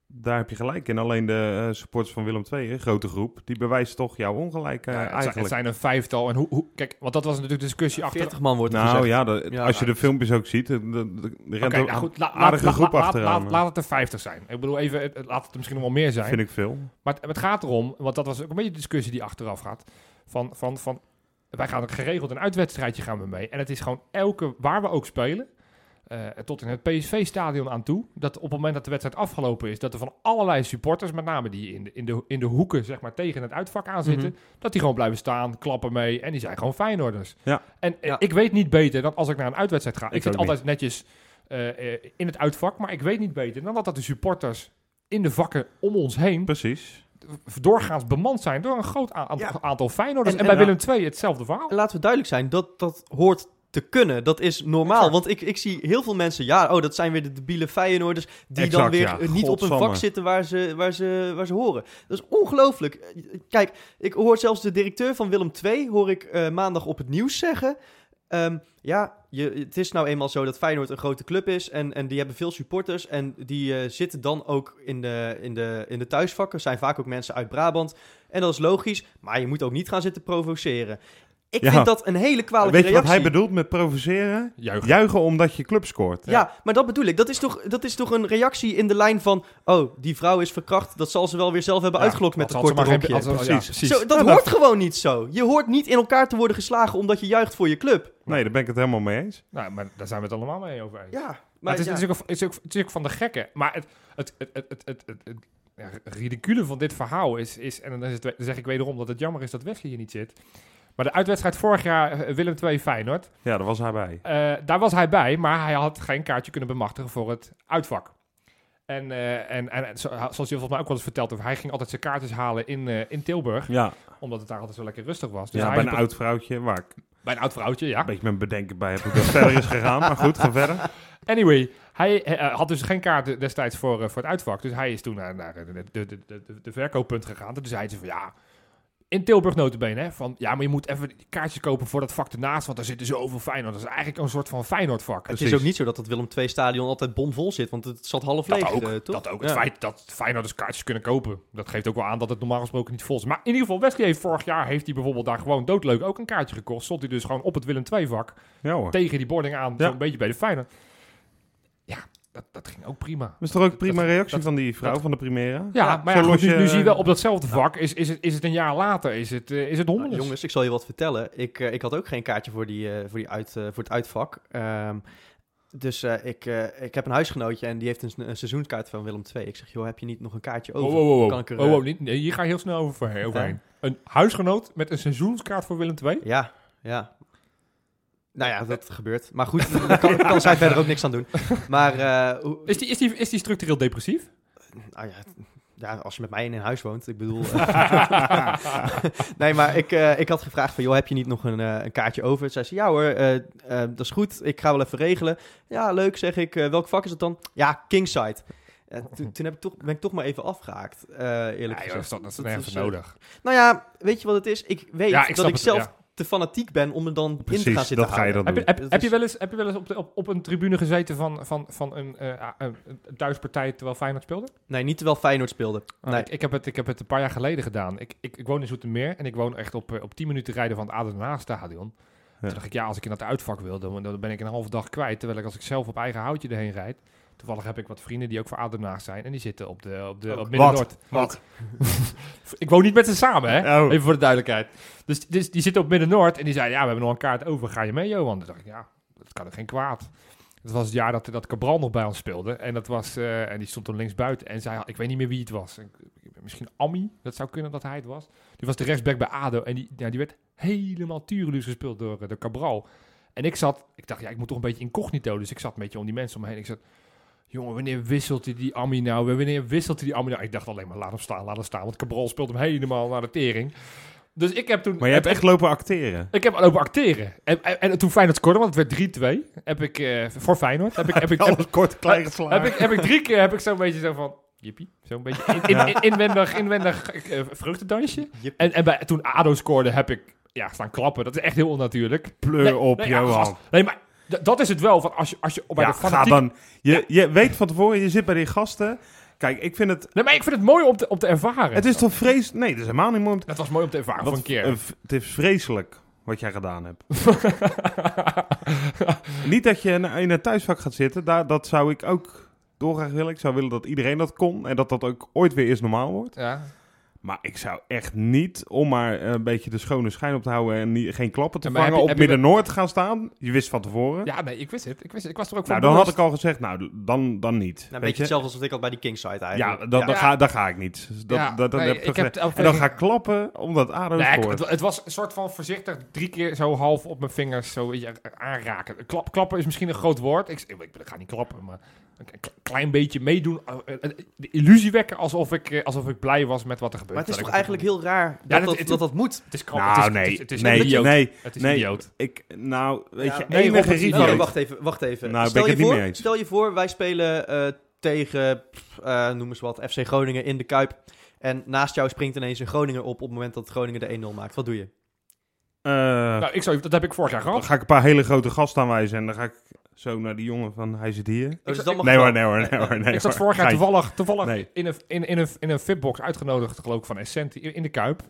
daar heb je gelijk in. Alleen de eh, supporters van Willem II, een grote groep, die bewijst toch jouw ongelijk eh,
ja, het, zijn-
eigenlijk.
het zijn een vijftal. En hoe, hoe, kijk, want dat was natuurlijk de discussie achter,
40 man wordt er
nou
gezegd.
ja, de-
Ja,
als je
nou,
de filmpjes ook ziet, eh, de, de, de- er rent
Oké,
een
nou goed, la-
aardige
laat-
groep eh.
laat-
achteraan.
Laat, laat het er 50 zijn. Ik bedoel, even, het- het- laat het er misschien nog wel meer zijn.
vind ik veel.
Maar het, het gaat erom, want dat was ook een beetje de discussie die achteraf gaat. Van, van, van, wij gaan geregeld een uitwedstrijdje gaan we mee. En het is gewoon elke, waar we ook spelen, eh, tot in het PSV-stadion aan toe, dat op het moment dat de wedstrijd afgelopen is, dat er van allerlei supporters, met name die in de, in de, in de hoeken zeg maar, tegen het uitvak aan zitten,
Mhm.
dat die gewoon blijven staan, klappen mee en die zijn gewoon Feyenoorders.
Ja.
En eh,
Ja.
ik weet niet beter dan als ik naar een uitwedstrijd ga. Ik,
Ik
zit
ook niet.
altijd netjes eh, eh, in het uitvak, maar ik weet niet beter dan dat, dat de supporters in de vakken om ons heen
Precies.
doorgaans bemand zijn door een groot a- aantal,
Ja.
aantal Feyenoorders. En, nou-
En-
bij
en-
Willem II hetzelfde verhaal.
En Laten we duidelijk zijn, dat, dat hoort te kunnen. Dat is normaal.
Exact.
Want ik, ik zie heel veel mensen, ja, oh, dat zijn weer de debiele Feyenoorders... die
Exact,
dan weer
ja.
eh, niet op een
Godsamme.
vak zitten waar ze, waar ze, waar ze horen. Dat is ongelooflijk. Eh, Kijk, ik hoor zelfs de directeur van Willem II... hoor ik eh, maandag op het nieuws zeggen... ehm, ja, je, het is nou eenmaal zo dat Feyenoord een grote club is... en, en die hebben veel supporters... en die eh, zitten dan ook in de, in, de, in de thuisvakken. Er zijn vaak ook mensen uit Brabant... En dat is logisch, maar je moet ook niet gaan zitten provoceren. Ik
Ja.
vind dat een hele kwalijke
Weet je wat
reactie.
hij bedoelt met provoceren?
Juichen.
Juichen omdat je club scoort.
Ja, maar dat bedoel ik. Dat is, toch, dat is toch een reactie in de lijn van... Oh, die vrouw is verkracht. Dat zal ze wel weer zelf hebben uitgelokt met een
Als- als
korte
ze maar geen-
rokje.
als- als- ja,
Precies.
Zo, dat
Ja, dat-
hoort gewoon niet zo. Je hoort niet in elkaar te worden geslagen omdat je juicht voor je club.
Nee, daar ben ik het helemaal mee eens.
Nou, maar daar zijn we het allemaal mee over eens.
Ja,
maar
maar
het is,
ja.
het is ook, het is ook- het is ook van de gekken. Maar het, het, het, het, het, het, het- het- ja, ridicule van dit verhaal is... is en dan, is het, dan zeg ik wederom dat het jammer is dat Wesley hier niet zit. Maar de uitwedstrijd vorig jaar eh, Willem II Feyenoord...
Ja, daar was hij bij.
eh, daar was hij bij, maar hij had geen kaartje kunnen bemachtigen voor het uitvak. En, eh, en, en zo- zoals je volgens mij ook wel eens verteld heeft... hij ging altijd zijn kaartjes halen in, eh, in Tilburg...
Ja,
omdat het daar altijd zo lekker rustig was. Dus
ja
hij
bij
is
Dus een oud vrouwtje waar ik
Bij een oud vrouwtje, ja.
een beetje mijn bedenken bij heb hoe dat verder is gegaan. Maar goed, ga verder.
Anyway, hij eh, had dus geen kaart destijds voor, eh, voor het uitvak. Dus hij is toen naar, naar de, de, de, de, de verkooppunt gegaan. Dus hij zei van ja, In Tilburg notabene, hè? Van, ja, maar je moet even kaartjes kopen voor dat vak ernaast, want daar zitten zoveel Feyenoord. Dat is eigenlijk een soort van Feyenoord vak.
Het is
Precies.
ook niet zo dat het Willem II stadion altijd bomvol zit, want het zat half
Dat
leeg,
ook,
eh, toch?
dat ook. Het
Ja.
feit dat Feyenoorders kaartjes kunnen kopen, dat geeft ook wel aan dat het normaal gesproken niet vol is. Maar in ieder geval, Wesley heeft vorig jaar heeft hij bijvoorbeeld daar gewoon doodleuk ook een kaartje gekocht. Stond hij dus gewoon op het Willem II vak
Ja hoor.
tegen die boarding aan,
Ja.
zo'n beetje bij de Feyenoord. Ja, dat, dat ging ook prima.
Dat is toch ook een prima
Dat-
reactie
dat-
van die vrouw
dat-
van de Primera?
Ja, maar ja,
Zo
goed,
los
nu,
je-
nu zie je wel op datzelfde vak, is, is, het, is het een jaar later, is het, eh, is het
Nou,
hommeles.
jongens, ik zal je wat vertellen. Ik, eh, ik had ook geen kaartje voor, die, eh, voor, die uit, eh, voor het uitvak. Ehm, dus eh, ik, eh, ik heb een huisgenootje en die heeft een, s- een seizoenskaart van Willem II. Ik zeg, joh, heb je niet nog een kaartje over?
Oh, oh, oh, oh.
Kan ik er,
Oh,
eh,
oh, niet- nee, hier ga je heel snel over, overheen. Een huisgenoot met een seizoenskaart voor Willem II?
Ja, ja. Nou ja, dat gebeurt. Maar goed, daar kan, kan zij verder ook niks aan doen. Maar eh, hoe-
Is die, is die, is die structureel depressief?
nou ja, ja, als je met mij in een huis woont, ik bedoel... eh, nee, maar ik, eh, ik had gevraagd van, joh, heb je niet nog een, eh, een kaartje over? Zij zei, ja hoor, eh, eh, dat is goed, ik ga wel even regelen. Ja, leuk, zeg ik. Eh, welk vak is het dan? Ja, Kingside. Eh, toen toen heb ik toch, ben ik toch maar even afgehaakt, eh, eerlijk
Ja, joh, dat is
gezegd.
toch- dat is toch
Dat
nergens
is, eh,
nodig.
Nou ja, weet je wat het is? Ik weet
Ja, ik
dat
snap
ik
het,
zelf
ja.
te fanatiek ben om me dan in te gaan
Precies,
zitten
dat ga je dan
houden.
Heb je,
doen.
heb,
Dat
heb je
is-
wel eens, heb je wel eens op, de, op, op een tribune gezeten van, van, van een, eh, een, een thuispartij terwijl Feyenoord speelde?
Nee, niet terwijl Feyenoord speelde. Nou,
Ah,
Nee.
Ik, ik, heb het, ik heb het een paar jaar geleden gedaan. Ik, ik, ik woon in Zoetermeer en ik woon echt op, eh, op 10 minuten rijden van het Adenhaag stadion. Toen dacht ik, ja, als ik in dat uitvak wil, dan, dan ben ik een halve dag kwijt. Terwijl ik als ik zelf op eigen houtje erheen rijd. Toevallig heb ik wat vrienden die ook voor Adenhaag zijn. En die zitten op, de, op, de,
Oh,
op Midden-Noord.
Wat?
Ik woon niet met ze samen, hè?
Oh.
Even voor de duidelijkheid. Dus, dus die zitten op Midden-Noord en die zeiden, ja, we hebben nog een kaart over. Ga je mee, Johan? Toen dacht ik, ja, dat kan er geen kwaad. Het was het jaar dat, dat Cabral nog bij ons speelde. En, dat was, eh, en die stond toen links buiten. En zei, ik weet niet meer wie het was. Ik- ik- Misschien Ami, dat zou kunnen dat hij het was. Die was de rechtsback bij ADO. En die, ja, die werd helemaal tureluus gespeeld door, eh, door Cabral. En ik zat, ik dacht, ja, ik moet toch een beetje incognito. Dus ik zat een beetje om die mensen om me heen. Ik zat, jongen, wanneer wisselt hij die Ami nou? Wanneer wisselt hij die Ami nou? Ik dacht alleen maar, laat hem staan, laat hem staan. Want Cabral speelt hem helemaal naar de tering. Dus ik heb toen...
Maar je hebt echt lopen acteren.
Ik heb lopen acteren. En, en, en toen Feyenoord scoorde, want het werd 3-2, heb ik eh, voor Feyenoord. Heb ik, heb ik, heb,
Alles kort, klein
heb
geslagen.
ik, heb ik drie keer heb ik zo'n beetje zo van. Jippie. Zo'n beetje in, in, in- inwendig, inwendig eh, vruchtendansje.
Jippie.
En, en bij, toen Ado scoorde, heb ik ja, staan klappen. Dat is echt heel onnatuurlijk.
Pleur op,
nee, ja,
Johan.
gast. nee, maar d- dat is het wel. Van als je, als je bij
Ja,
de
ga
fanatiek...
dan. Je, je weet van tevoren, je zit bij die gasten. Kijk, ik vind het...
Nee, maar ik vind het mooi om te, om te ervaren.
Het is toch vrees... Nee, dat is helemaal niet mooi. om te-
Dat was mooi om te ervaren
Wat-
voor een keer.
eh, v- Het is vreselijk wat jij gedaan hebt. niet dat je na- in het thuisvak gaat zitten. Daar, dat zou ik ook dolgraag willen. Ik zou willen dat iedereen dat kon. En dat dat ook ooit weer eens normaal wordt.
ja.
Maar ik zou echt niet, om maar eh, een beetje de schone schijn op te houden en niet, geen klappen te
Ja, maar
vangen,
heb je-
op
heb je-
Midden-Noord gaan staan. Je wist van tevoren.
ja, nee, ik wist het. Ik, wist het. ik was er ook
nou,
van
dan had
bewust.
ik al gezegd, nou, dan, dan niet.
Nou,
weet
een beetje
je?
hetzelfde als wat ik had bij die Kingside
Ja,
eigenlijk.
dan, dan, Ga, dan ga ik niet. Dus Dat,
Ja,
dat, dat
nee,
heb ik
ik
gezegd.
heb het-
en dan ga ik klappen, omdat Ado
Nee, ik-
scoort.
het, het was een soort van voorzichtig drie keer zo half op mijn vingers zo weet je, aanraken. Klap, klappen is misschien een groot woord. Ik, ik, ik ga niet klappen, maar een k- klein beetje meedoen. eh, eh, eh, De illusie wekken alsof ik, eh, alsof ik blij was met wat er gebeurt.
Maar het is toch
Terwijl ik
eigenlijk heel raar dat
dat-
dat,
het-
dat, dat moet.
Het is krap,
Nou,
het is,
nee,
het is, het is
nee,
idioot.
nee,
het is
nee.
idioot.
Ik, nou, weet
Ja,
je,
nee,
enige
Robert,
risico.
idioot.
Nee, Nou, wacht even, wacht even.
Nou, ben
stel,
ik het
je
niet
voor,
mee eens.
stel je voor, wij spelen eh, tegen, pff, eh, noem eens wat, FC Groningen in de Kuip. En naast jou springt ineens een Groninger op op het moment dat Groningen de 1-0 maakt. Wat doe je?
Eh,
Oh,
Nou, ik zou, dat heb ik vorig jaar
dan
gehad.
ga ik een paar hele grote gasten aanwijzen en dan ga ik zo naar die jongen van, hij zit hier.
Oh, dus
zat-
dat mag
Nee
wel.
hoor, nee hoor, nee hoor. nee
ik zat
hoor.
vorig jaar
Geintje.
toevallig, toevallig
Nee.
in, een, in, in een, in een fitbox uitgenodigd, geloof ik, van Essent in in de Kuip.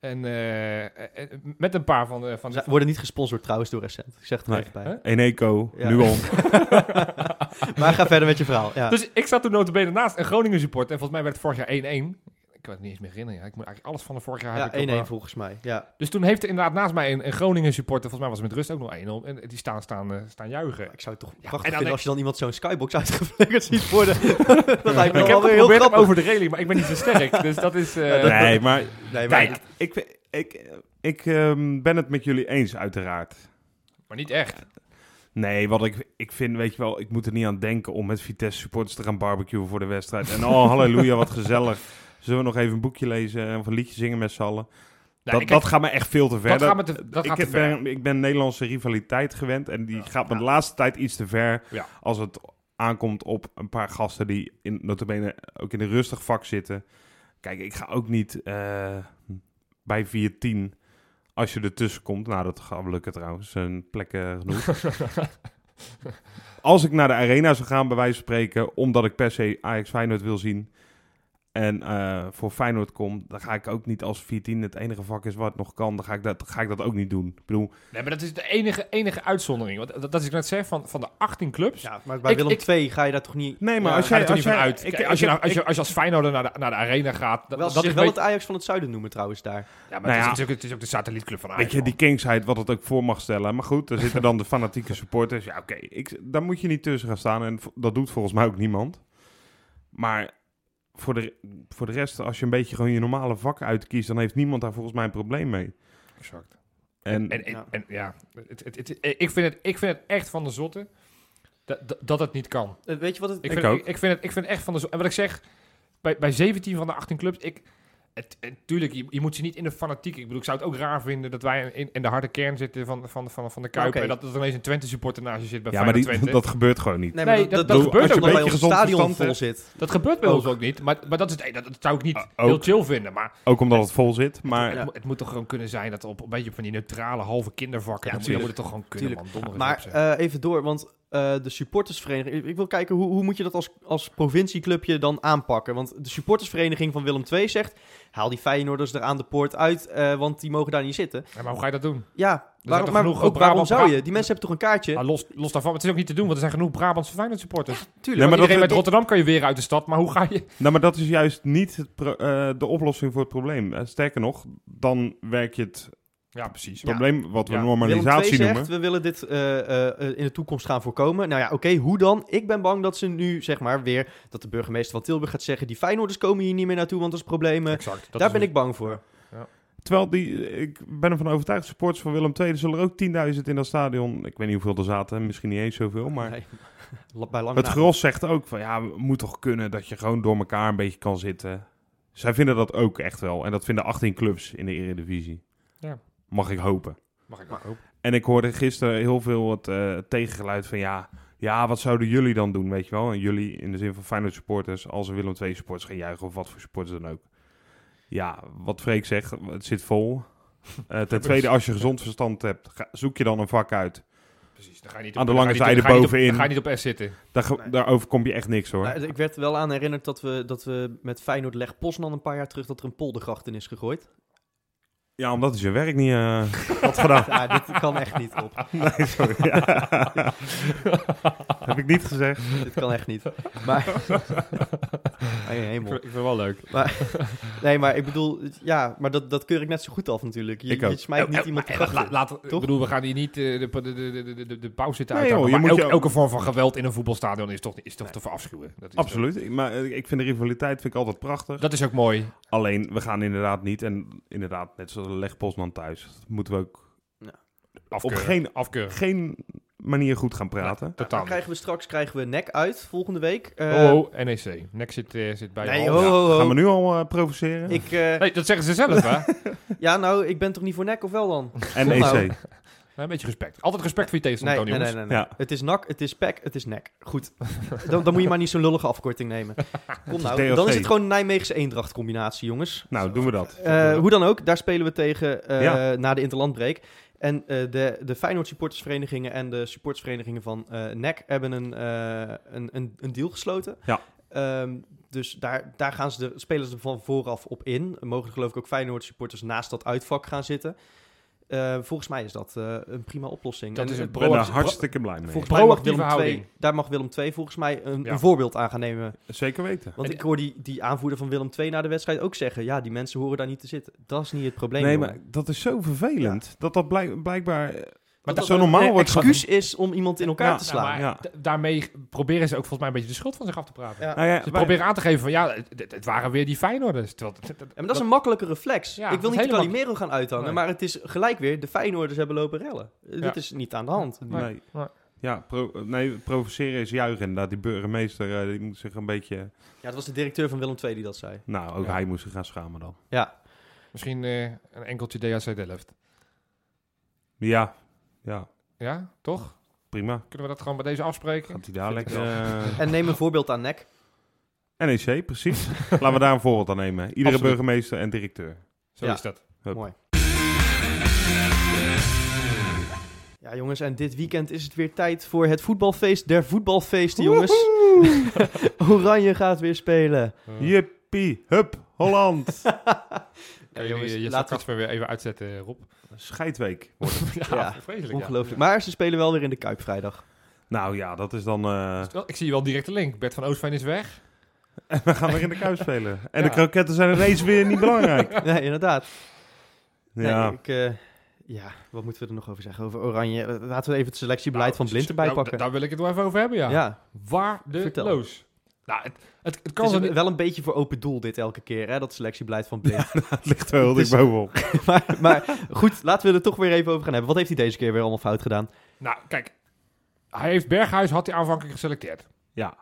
En eh, eh, eh, met een paar van de... Van de
Ze worden niet gesponsord trouwens door Recent. Ik zeg het er
Nee.
even bij.
Hè?
Eneco,
Ja.
nu al.
Maar ga verder met je verhaal. Ja.
Dus ik zat toen notabene naast een Groningen support. En volgens mij werd het vorig jaar 1-1. Ik kan het niet eens meer herinneren. ja. Ik moet eigenlijk alles van de vorig jaar
ja, 1-1
heb ik op, eh,
volgens mij. Ja.
Dus toen heeft er inderdaad naast mij een, een Groningen supporter. Volgens mij was het met rust ook nog 1-0. En die staan, staan, eh, staan juichen.
Ik zou het toch
en
prachtig
dan
vinden
denk-
als je dan iemand zo'n skybox uitgeflikkerd ziet worden. dat lijkt me wel weer
ik heb
heel
geprobeerd om
grappig.
over de reling, maar ik ben niet zo sterk. dus dat is... eh,
dat-
Nee, maar
Nee, maar
Kijk, ik, ik, ik ehm, ben het met jullie eens, uiteraard.
Maar niet echt.
Nee, wat ik, ik vind, weet je wel, ik moet er niet aan denken om met Vitesse supporters te gaan barbecuen voor de wedstrijd. En oh, halleluja, wat gezelf. Zullen we nog even een boekje lezen en of een liedje zingen met z'n allen?
Nee,
dat,
Nou, ik-
dat gaat me echt veel te ver.
dat gaat me te- dat
ik,
gaat te
heb-
ver.
Ben, ik ben Nederlandse rivaliteit gewend en die gaat me de laatste tijd iets te ver
Ja.
als het aankomt op een paar gasten die in, notabene ook in een rustig vak zitten. Kijk, ik ga ook niet eh, bij 4-10, als je ertussen komt, nou dat gaat wel lukken trouwens, een plek eh, genoeg. als ik naar de arena zou gaan, bij wijze van spreken, omdat ik per se Ajax Feyenoord wil zien en eh, voor Feyenoord kom, dan ga ik ook niet als 4-10 het enige vak is wat nog kan, dan ga ik dat, ga ik dat ook niet doen. Ik bedoel,
Nee, maar dat is de enige, enige uitzondering. Want dat, dat is ik net zeg, van, van de 18 clubs.
Ja, maar bij
Ik-
Willem
ik-
2 ga je daar toch niet...
nee, maar
Ja,
als
ga
jij...
je er toch niet van
jij-
uit.
ik-
Kijk, als, je
ik-
nou, als,
ik-
je, als je als Feyenoorder naar de, naar de arena gaat... Dat,
Wel, ze
dat
zich
is
wel
wel
het Ajax van het zuiden noemen trouwens daar.
Ja, maar
Nou
het, is,
ja.
het, is ook, het is ook de satellietclub van Ajax.
Weet je, die
man.
kingsheid, wat het ook voor mag stellen. Maar goed, er zitten dan de fanatieke supporters. Ja, oké, ik- daar moet je niet tussen gaan staan. En v- dat doet volgens mij ook niemand. Maar voor de, re- voor de rest, als je een beetje gewoon je normale vak uitkiest... dan heeft niemand daar volgens mij een probleem mee.
Exact.
En,
En, en,
Ja.
ja. en ja, het, het, het- ik, vind het, ik vind het echt van de zotte dat, dat, dat het niet kan.
Eh, Weet je wat het...
Ik,
Ik
vind,
ook.
Ik, ik vind het, ik vind het echt van de zotte. En wat ik zeg, bij, bij 17 van de 18 clubs, ik, het, het- tuurlijk, je, je moet ze niet in de fanatiek. Ik bedoel, ik zou het ook raar vinden dat wij in, in de harde kern zitten van, van, van, van de Kuip.
Oké.
En dat er ineens een Twente supporter naast je zit bij
ja, maar die,
Twente. Dat,
dat gebeurt gewoon niet.
Nee,
Nee, dat- dat
doet-
gebeurt
als je
ook
bij
wel.
ons
Een beetje
stadion
gezond
vol
verstand
zit.
gebeurt bij
Ook.
ons ook niet. Maar, maar dat, is, het- dat, dat zou ik niet
Ah,
heel
ook.
chill vinden. Maar
Ook omdat het vol zit. Maar
het,
Ja.
mo- het moet toch gewoon kunnen zijn dat op een beetje van die neutrale halve kindervakken.
Ja,
dat,
tuurlijk.
moet, dat moet het toch gewoon kunnen,
Tuurlijk.
man. Donder eens
Maar
op, zeg.
eh, even door, want eh, de supportersvereniging... Ik, ik wil kijken, hoe, hoe moet je dat als, als provincieclubje dan aanpakken? Want de supportersvereniging van Willem II zegt... haal die Feyenoorders er aan de poort uit, eh, want die mogen daar niet zitten.
Ja, maar hoe ga je dat doen?
Ja, waarom,
toch
maar
genoeg, eh,
ook waarom
Brabant-
zou je? Die mensen hebben toch een kaartje?
Maar los, los daarvan, het is ook niet te doen, want er zijn genoeg Brabantse Feyenoord supporters.
Ja,
Tuurlijk.
maar
maar Iedereen
dat-
uit Rotterdam kan je weer uit de stad, maar hoe ga je...
Nou, maar dat is juist niet het pro- eh, de oplossing voor het probleem. Eh, sterker nog, dan werk je het
Ja, precies. Ja.
probleem wat we
Ja.
Willem II
normalisatie noemen.
zegt, we willen dit eh, eh, eh, in de toekomst gaan voorkomen. Nou ja, oké, hoe dan? Ik ben bang dat ze nu, zeg maar, weer... dat de burgemeester van Tilburg gaat zeggen... die Feyenoorders komen hier niet meer naartoe, want dat is
Eh,
problemen.
Exact.
daar
dat is
ben
hoe-
ik bang voor.
Terwijl die, ik ben ervan overtuigd, supporters van Willem II, er zullen er ook 10.000 in dat stadion. Ik weet niet hoeveel er zaten, misschien niet eens zoveel. Maar
Nee, la- bij lange
het
na.
gros zegt ook van ja, het moet toch kunnen dat je gewoon door elkaar een beetje kan zitten. Zij vinden dat ook echt wel. En dat vinden 18 clubs in de Eredivisie.
Ja.
Mag ik hopen.
Mag ik ook hopen.
En ik hoorde gisteren heel veel het eh, tegengeluid van ja, ja, wat zouden jullie dan doen, weet je wel? En jullie in de zin van Feyenoord supporters, als er Willem II supporters gaan juichen of wat voor supporters dan ook. Ja, wat Freek zegt, het zit vol. Eh, ten tweede, als je gezond verstand hebt, ga- zoek je dan een vak uit.
Precies, dan ga je niet
Aan de
dan
lange
ga je
zijde
niet dan ga je niet op-
bovenin.
Dan ga je niet op S zitten.
Daar, ge-
Nee.
Daar overkom je echt niks hoor.
Nou, ik werd er wel aan herinnerd dat we, dat we met Feyenoord Leg Poznan een paar jaar terug... dat er een poldergracht in is gegooid.
Ja, omdat is je werk niet eh had gedaan.
Ja, dit kan echt niet op.
Nee, sorry. Ja. Heb ik niet gezegd.
Dit kan echt niet. Maar... Mijn hemel.
vind het wel leuk.
Nee, maar ik bedoel, ja, maar dat, dat keur ik net zo goed af natuurlijk. Je,
Ik ook.
je smijt niet iemand de
Eh,
gracht in.
Ik
Toch?
bedoel, we gaan hier niet eh, de, de, de, de, de, de pauze zitten
Nee, joh,
uithangen,
je
maar
moet je
elke-
ook-
elke vorm van geweld in een voetbalstadion is toch, is toch te verafschuwen. Dat is
Absoluut. Maar eh, ik vind de rivaliteit vind ik altijd prachtig.
Toch, dat is ook mooi.
Alleen, we gaan inderdaad niet. En inderdaad, net zoals Leg Postman thuis. Dat moeten we ook
Afkeuren.
op geen,
Afkeuren.
geen manier goed gaan praten.
Dan
Totaal. niet.
krijgen we straks krijgen we nek uit volgende week. Eh,
Oh, oh, NEC. Nek zit, eh, zit bij
Nee,
de
ho,
hal.
ho, ho.
Gaan we nu al eh, provoceren?
Oh. Ik, eh,
Nee, dat zeggen ze zelf, hè?
Ja, nou, ik ben toch niet voor nek of wel dan?
en E
Nou,
EC.
Nee, een beetje respect. Altijd respect voor je tegenstander,
Nee, nee,
Tony.
nee, nee. nee.
Ja.
Het is nak, het is pek, het is nek. Goed. Dan, dan moet je maar niet zo'n lullige afkorting nemen. Kom nou,
DLG.
dan is het gewoon een Nijmeegse eendracht combinatie, jongens.
Nou, doen we dat.
Eh, hoe dan ook, daar spelen we tegen eh,
Ja.
na de interlandbreak. En eh, de, de Feyenoord supportersverenigingen en de supportersverenigingen van eh NEC hebben een, eh, een, een, een deal gesloten.
Ja.
Ehm, dus daar, daar gaan ze de spelers er van vooraf op in. Er mogen geloof ik ook Feyenoord supporters naast dat uitvak gaan zitten. Eh, volgens mij is dat eh, een prima oplossing.
Dat
En
is een
Ik ben
pro-
daar hartstikke blij mee.
Volgens mij mag
proactieve
Willem II-
houding.
daar mag Willem II volgens mij een,
Ja.
een voorbeeld aan gaan nemen.
Zeker weten.
Want
En-
ik hoor die, die aanvoerder van Willem II na de wedstrijd ook zeggen... ja, die mensen horen daar niet te zitten. Dat is niet het probleem.
Nee,
jongen.
maar dat is zo vervelend. Dat dat blijk- blijkbaar eh,
Maar
dat zo
dat-
normaal
een eh,
wordt. ge-
excuus is om iemand in elkaar
Ja,
te
Nou,
slaan.
maar
Ja.
da- daarmee proberen ze ook volgens mij een beetje de schuld van zich af te praten.
Ja.
Nou ja,
Ze
wij-
proberen aan te geven van ja, het, het waren weer die Feyenoorders. Terwijl, het- het- het-
Ja, maar dat is een makkelijke reflex.
Ja,
ik wil
dat is
niet de
helemaal-
Calimero gaan uithangen,
Nee.
maar het is gelijk weer... de Feyenoorders hebben lopen rellen. Eh,
Ja.
Dat is niet aan de hand.
Nee.
Nee, nee.
Ja, pro- nee, provoceren is juichen inderdaad. Die burgemeester eh, die moet zich een beetje...
Ja, het was de directeur van Willem II die dat zei.
Nou, ook
Ja.
hij moest zich gaan schamen dan.
Ja,
misschien eh, een enkeltje DHC Delft.
Ja, ja,
Ja, toch?
prima.
Kunnen we dat gewoon bij deze afspreken?
Gaat hij daar
Vind ik
lekker... eh,
en neem een voorbeeld aan Nek.
NEC, precies. Laten we daar een voorbeeld aan nemen. Iedere
Absoluut.
burgemeester en directeur.
Zo
Ja.
is dat.
Hup.
Mooi. Ja, jongens, en dit weekend is het weer tijd voor het voetbalfeest der voetbalfeesten, jongens. Oranje gaat weer spelen.
Eh,
Jippie, hup, Holland.
Ja,
jongens,
jongens, je
laten
sarcasme eh, weer even uitzetten, eh, Rob.
Scheidweek.
ja,
Ja,
vreselijk. ja.
Ongelooflijk. Maar ze spelen wel weer in de Kuip vrijdag.
Nou ja, dat is dan... eh,
Is het wel- Ik zie wel direct de link. Bert van Oostveen is weg.
we gaan weer in de kuip spelen. En
Ja.
de kroketten zijn ineens weer niet belangrijk.
Nee, inderdaad. Nee,
Ja.
ik, eh, ja, wat moeten we er nog over zeggen? Over Oranje. Eh, Laten we even het selectiebeleid van Blind erbij
Nou,
pakken.
d- Daar wil ik het wel even over hebben, ja.
ja.
Waardeloos. Nou, het, het, het kan
Het
zo
is
niet...
wel een beetje voor open doel dit elke keer, hè, dat selectiebeleid van Blind.
Het ligt wel
Het is-
dik bovenop.
maar, maar goed, laten we er toch weer even over gaan hebben. Wat heeft hij deze keer weer allemaal fout gedaan?
Nou, kijk. Hij heeft Berghuis, had hij aanvankelijk geselecteerd.
Ja.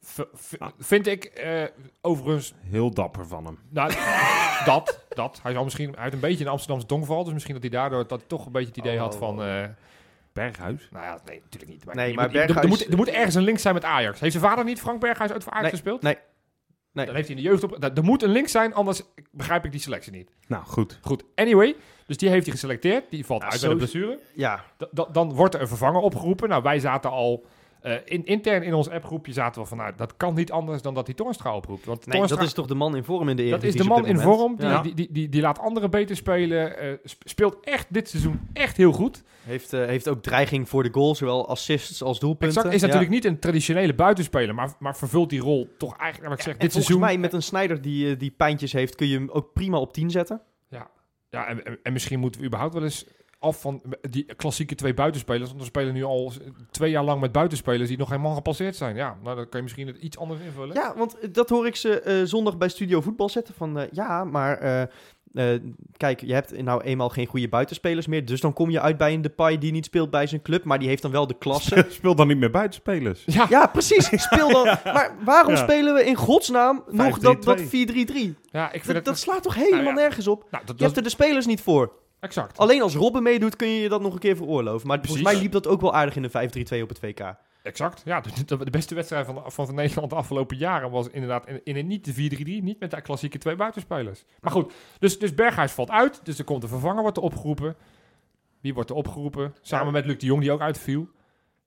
V- v-
Ah.
Vind ik, eh, overigens,
Heel dapper van hem.
nou, dat, dat. Hij zal misschien uit een beetje in Amsterdamse donkval, dus misschien dat hij daardoor dat hij toch een beetje het idee
Oh.
had van, eh,
Berghuis.
nou ja, nee, natuurlijk niet.
Nee,
je
maar
moet- je- er-
Berghuis-
Er moet, er moet ergens een link zijn met Ajax. Heeft zijn vader niet Frank Berghuis uit voor Ajax
Nee,
gespeeld?
nee, nee.
Dan heeft hij in de jeugd op... Er er moet een link zijn, anders begrijp ik die selectie niet.
Nou, goed.
Goed, anyway. Dus die heeft hij geselecteerd. Die valt
Nou,
uit bij de
zo-
blessure.
Ja,
Da- da- dan wordt er een vervanger opgeroepen. Nou, wij zaten al... eh, in, intern in ons appgroepje zaten we van... Nou, dat kan niet anders dan dat hij Toornstra oproept. Want
nee,
Toornstra-
dat is toch de man in vorm in de
dat
Eredivisie
is de
op
man
dit
in
moment?
vorm. Die,
Ja.
die, die, die, die laat anderen beter spelen. eh, sp- speelt echt dit seizoen echt heel goed.
Heeft, eh, heeft ook dreiging voor de goal, zowel assists als doelpunten.
Exact, is
Ja.
natuurlijk niet een traditionele buitenspeler. Maar, maar vervult die rol toch eigenlijk... Wat ik zeg,
En volgens
dit seizoen...
mij met een snijder die, eh, die pijntjes heeft, kun je hem ook prima op 10 zetten.
Ja, en, en- en misschien moeten we überhaupt wel eens af van die klassieke twee buitenspelers. Want we spelen nu al s- twee jaar lang met buitenspelers die nog geen man gepasseerd zijn. Ja, nou, dan kan je misschien het iets anders invullen.
Ja, want eh, dat hoor ik ze eh, zondag bij Studio Voetbal zetten. Van eh, ja, maar eh, eh, kijk, je hebt nou eenmaal geen goede buitenspelers meer. Dus dan kom je uit bij een Depay die niet speelt bij zijn club, maar die heeft dan wel de klasse.
Speel dan niet meer buitenspelers.
Ja,
Ja, precies. Speel dan. Maar waarom
Ja.
spelen we in godsnaam nog dat, dat
5-3-2?
4-3-3?
ja, ik vind
Dat,
het...
dat slaat toch helemaal
Nou ja.
nergens op?
nou, dat,
Je hebt
dat,
er de spelers niet voor.
exact.
Alleen als Robben meedoet kun je je dat nog een keer veroorloven. Maar volgens
Precies.
mij liep dat ook wel aardig in de 5-3-2 op het WK.
Exact. Ja, de, de- de beste wedstrijd van, van Nederland de afgelopen jaren was inderdaad in, in een niet de 4-3-3, niet met de klassieke twee buitenspelers. Maar goed, dus, dus Berghuis valt uit, dus er komt een vervanger, wordt er opgeroepen. Wie wordt er opgeroepen? Samen
Ja.
met Luc de Jong, die ook uitviel.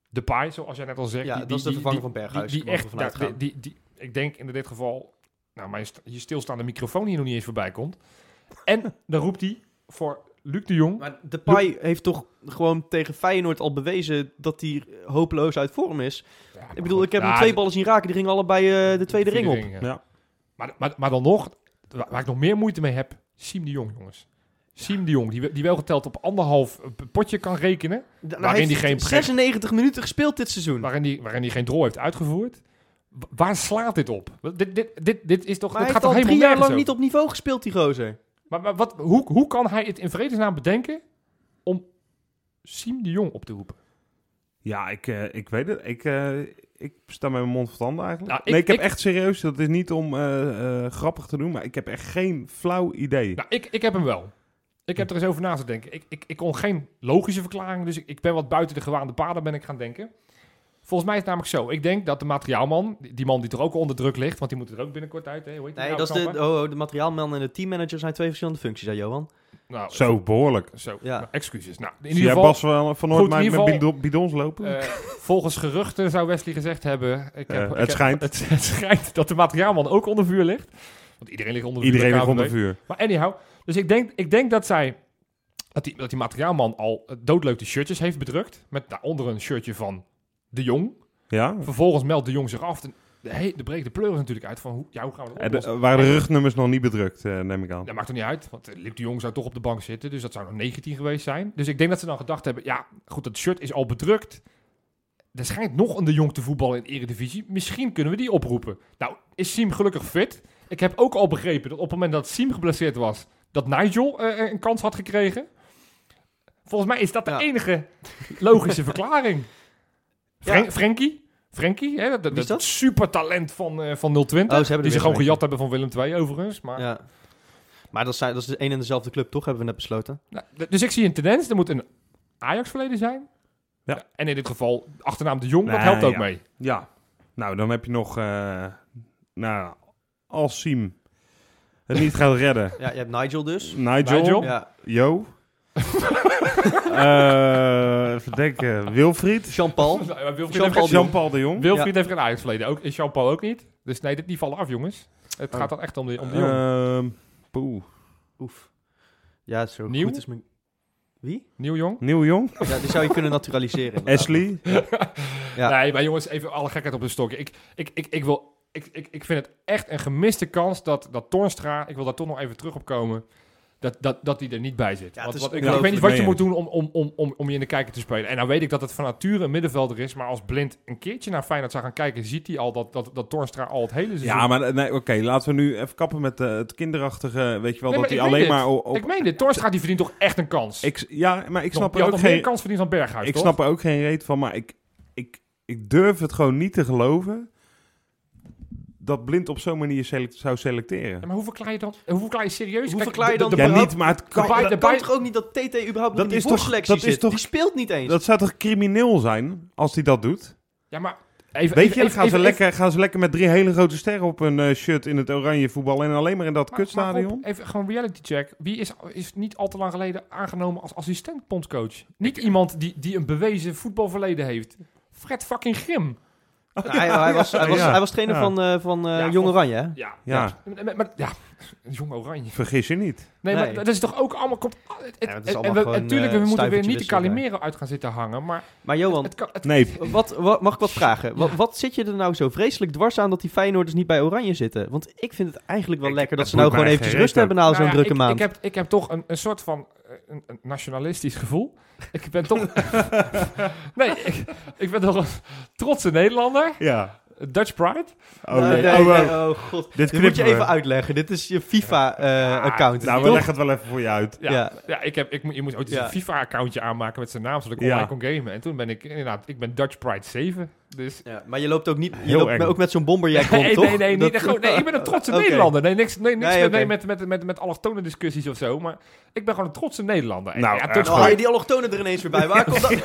De Pai, zoals jij net al zegt.
Ja,
die,
dat is de
die-
vervanger
die-
van Berghuis,
Die, die
mogen we
echt, nou,
vanuit
ja, die,
gaan.
die, die- ik denk in dit geval, nou, mijn st- je stilstaande microfoon hier nog niet eens voorbij komt. En dan roept hij voor Luc de Jong.
Maar Depay heeft toch gewoon tegen Feyenoord al bewezen dat hij hopeloos uit vorm is.
Ja, maar
Ik bedoel,
goed. Nou,
ik heb
Ja,
hem twee ballen zien raken. Die gingen allebei eh, de tweede ring
vierde
op.
ja.
Ja.
Maar, maar, maar dan nog, waar waar ik nog meer moeite mee heb, Siem de Jong, jongens. Siem de Jong, die, we- die wel geteld op anderhalf eh, potje kan rekenen,
Nou,
Waarin
hij
die
heeft
geen pret-
96 minuten gespeeld dit seizoen. Maar,
waarin hij waarin die geen drol heeft uitgevoerd. Wa- Waar slaat dit op? Wa- Dit, dit, dit, dit is toch,
hij
dit
heeft al
gaat toch
drie
helemaal
jaar
nergens
lang
over?
niet op niveau gespeeld, die gozer.
Maar, maar wat, hoe, hoe kan hij het in vredesnaam bedenken om Siem de Jong op te roepen?
Ja, ik, eh, ik weet het. Ik, eh, ik sta met mijn mond van tanden eigenlijk.
Nou, ik-
nee, ik heb
ik-
echt serieus, dat is niet om eh, eh, grappig te doen, maar ik heb echt geen flauw idee.
Nou, ik, ik heb hem wel. Ik heb er eens over na te denken. Ik, ik, ik kon geen logische verklaring, dus ik, ik ben wat buiten de gewaande paden ben ik gaan denken. Volgens mij is het namelijk zo. Ik denk dat de materiaalman, die die man die er ook onder druk ligt, want die moet er ook binnenkort uit. Hè? Hoe heet die
Nee,
nou,
dat is de,
Kamper?
oh, oh, de materiaalman en de teammanager zijn twee verschillende functies, hè, Johan?
Nou,
Zo, behoorlijk.
Zo,
Ja.
nou, excuses. Nou, in
In
ieder
Jij
geval,
Bas wel
Goed,
vanochtend
in
maar met
ieder geval-
bidon- bidons lopen?
eh, volgens geruchten zou Wesley gezegd hebben... Ik
Eh,
heb, ik
het
heb-
schijnt.
het, het schijnt dat de materiaalman ook onder vuur ligt. Want iedereen ligt onder vuur.
Iedereen
bij
ligt onder
KNVB.
vuur.
Maar anyhow, dus ik denk, ik denk dat zij. Dat die, dat die materiaalman al eh, doodleuk de shirtjes heeft bedrukt. Met daaronder een shirtje van De Jong.
Ja?
Vervolgens meldt De Jong zich af. De, de, he- de breekt de pleuris natuurlijk uit van hoe, ja, hoe gaan we dat
En de-
oplossen?
Eh, waren de rugnummers nog niet bedrukt, eh, neem ik aan.
Dat maakt er niet uit, want eh, Luc de Jong zou toch op de bank zitten. Dus dat zou nog 19 geweest zijn. Dus ik denk dat ze dan gedacht hebben, ja, goed, dat shirt is al bedrukt. Er schijnt nog een De Jong te voetballen in de Eredivisie. Misschien kunnen we die oproepen. Nou, is Siem gelukkig fit? Ik heb ook al begrepen dat op het moment dat Siem geblesseerd was, dat Nigel eh, eh, een kans had gekregen. Volgens mij is dat de
Ja.
enige logische verklaring. Fren
Ja.
Frenkie? Frenkie, hè, dat, dat,
Wie is dat?
supertalent van, eh, van 020.
Oh, ze hebben er
die
weer
ze gewoon
eentje.
gejat hebben van Willem II overigens. Maar
Ja. Maar dat, zijn, dat is de een en dezelfde club, toch? Hebben we net besloten.
Nou, d- dus ik zie een tendens. Er moet een Ajax-verleden zijn.
Ja.
Ja, En in dit geval achternaam de Jong, dat
Nee,
helpt ook
ja.
mee.
Ja. Nou, dan heb je nog... eh, nou, als Siem het niet gaat redden.
Ja, je hebt Nigel dus.
Nigel,
Nigel?
Ja.
Jo. Eh, even denken. Wilfried.
Jean-Paul.
Nou, maar Wilfried
Jean-Paul
heeft, geen-
Jean-Paul de Jong.
Wilfried heeft geen Ajax verleden. Ook, is Jean-Paul ook niet. Dus nee, dit, die vallen af, jongens. Het
Oh.
gaat dan echt om de, om de
Eh,
jongen.
Ehm, poeh.
Oef. Ja, zo
Nieuw?
goed is mijn... Wie?
Nieuw jong.
Nieuw Jong.
Ja, die zou je kunnen naturaliseren. inderdaad.
Ashley.
Ja.
Nee, maar jongens, even alle gekheid op de stokje. Ik, ik, ik, ik, wil, ik, ik, ik vind het echt een gemiste kans dat, dat Tornstra, ik wil daar toch nog even terug op komen, dat, dat, dat die er niet bij zit.
Ja, het
Want,
is
want ik,
ongelooflijk.
ik weet niet wat je
Nee,
moet doen om, om, om, om, om je in de kijker te spelen. En nou weet ik dat het van nature een middenvelder is, maar als Blind een keertje naar Feyenoord zou gaan kijken, ziet hij al dat, dat, dat Tornstra al het hele seizoen...
Ja, maar eh, nee, oké. laten we nu even kappen met eh, het kinderachtige. Weet je wel,
Nee,
dat hij
maar ik
alleen
weet
maar
het.
o- op...
Ik meen dit, Tornstra die verdient toch echt een kans?
Ik, ja, maar ik snap
je
er
had
ook
nog meer
geen...
kans verdiend dan Berghuis,
Ik
toch?
snap er ook geen reet van, maar ik, ik, ik durf het gewoon niet te geloven dat blind op zo'n manier select- zou selecteren.
Ja, maar hoe verklaar je dat? Hoe verklaar je serieus?
Hoe
Kijk,
verklaar je
de-
dat-
de-
Ja,
de-
überhaupt-
niet, maar het
Kan,
De
kan,
bij-
dat
de
kan
bij-
toch ook niet dat TT überhaupt
Dat
dat in
is
die
toch-
voorselectie
dat is
zit?
toch-
die speelt niet eens.
dat zou toch crimineel zijn als hij dat doet?
Ja, maar... Even,
Weet
even-
je, dan
even-
gaan, ze
even-
lekker, gaan ze lekker met drie hele grote sterren op een eh, shirt in het oranje voetbal en alleen maar in dat
Maar- maar
kutstadion?
Rob, even gewoon reality check. Wie is, is niet al te lang geleden aangenomen als assistent bondcoach? Niet iemand die, die een bewezen voetbalverleden heeft. Fred fucking Grim.
Nou, hij, hij was, hij, was,
Ja.
hij was trainer
Ja.
van, eh, van eh,
Ja,
Jong
van-
Oranje, hè?
Ja.
Ja.
Maar- maar- maar- ja, jong oranje.
Vergis je niet.
Nee,
Nee.
maar dat is toch ook allemaal... Komt, het, het-
maar het is
en
allemaal
we,
gewoon,
natuurlijk,
eh,
we moeten weer
stuivertje
niet de
wisselen.
Calimero uit gaan zitten hangen. Maar
Maar Johan,
het kan... Het,
Nee,
Wat, wat, mag ik wat vragen? Wat, wat zit je er nou zo vreselijk dwars aan dat die Feyenoorders niet bij Oranje zitten? Want ik vind het eigenlijk wel
Ik-
lekker dat
het
ze nou
boeit
gewoon
mij
eventjes
geen
rust
reet
hebben na
Nou
zo'n
ja,
drukke
ik,
maand.
Ik heb, ik heb toch een, een soort van eh, een, een nationalistisch gevoel. Ik ben toch... nee, ik, ik ben toch een trotse Nederlander.
ja.
Dutch pride.
Oh,
Nee,
nee.
nee,
Oh,
nee,
eh,
oh god.
Dit
Dit,
knippen
moet je even
we.
uitleggen. Dit is je FIFA-account.
Nou, we leggen het wel even voor je uit.
Ja,
Ja.
ja. ik heb, ik, moet- je moet ooit eens
Ja.
een FIFA-accountje aanmaken met zijn naam, zodat ik
Ja.
online kon gamen. En toen ben ik inderdaad, ik ben Dutch Pride 7. Dus...
ja, maar je loopt ook niet. Je
Heel
loopt
eng.
me- ook met zo'n bomberjack rond,
nee,
toch?
nee, nee, niet,
Dat-
Oh,
gewoon- nee, ik ben een trotse
Oké.
Nederlander. Nee, niks, nee, niks
Nee,
met, nee,
oké.
met, met, met, met allochtone discussies of zo, maar ik ben gewoon een trotse Nederlander. En
Nou,
ja,
eh,
Dutch
Nou,
Pride-
haal je die allochtonen er ineens weer bij. Waar komt dat?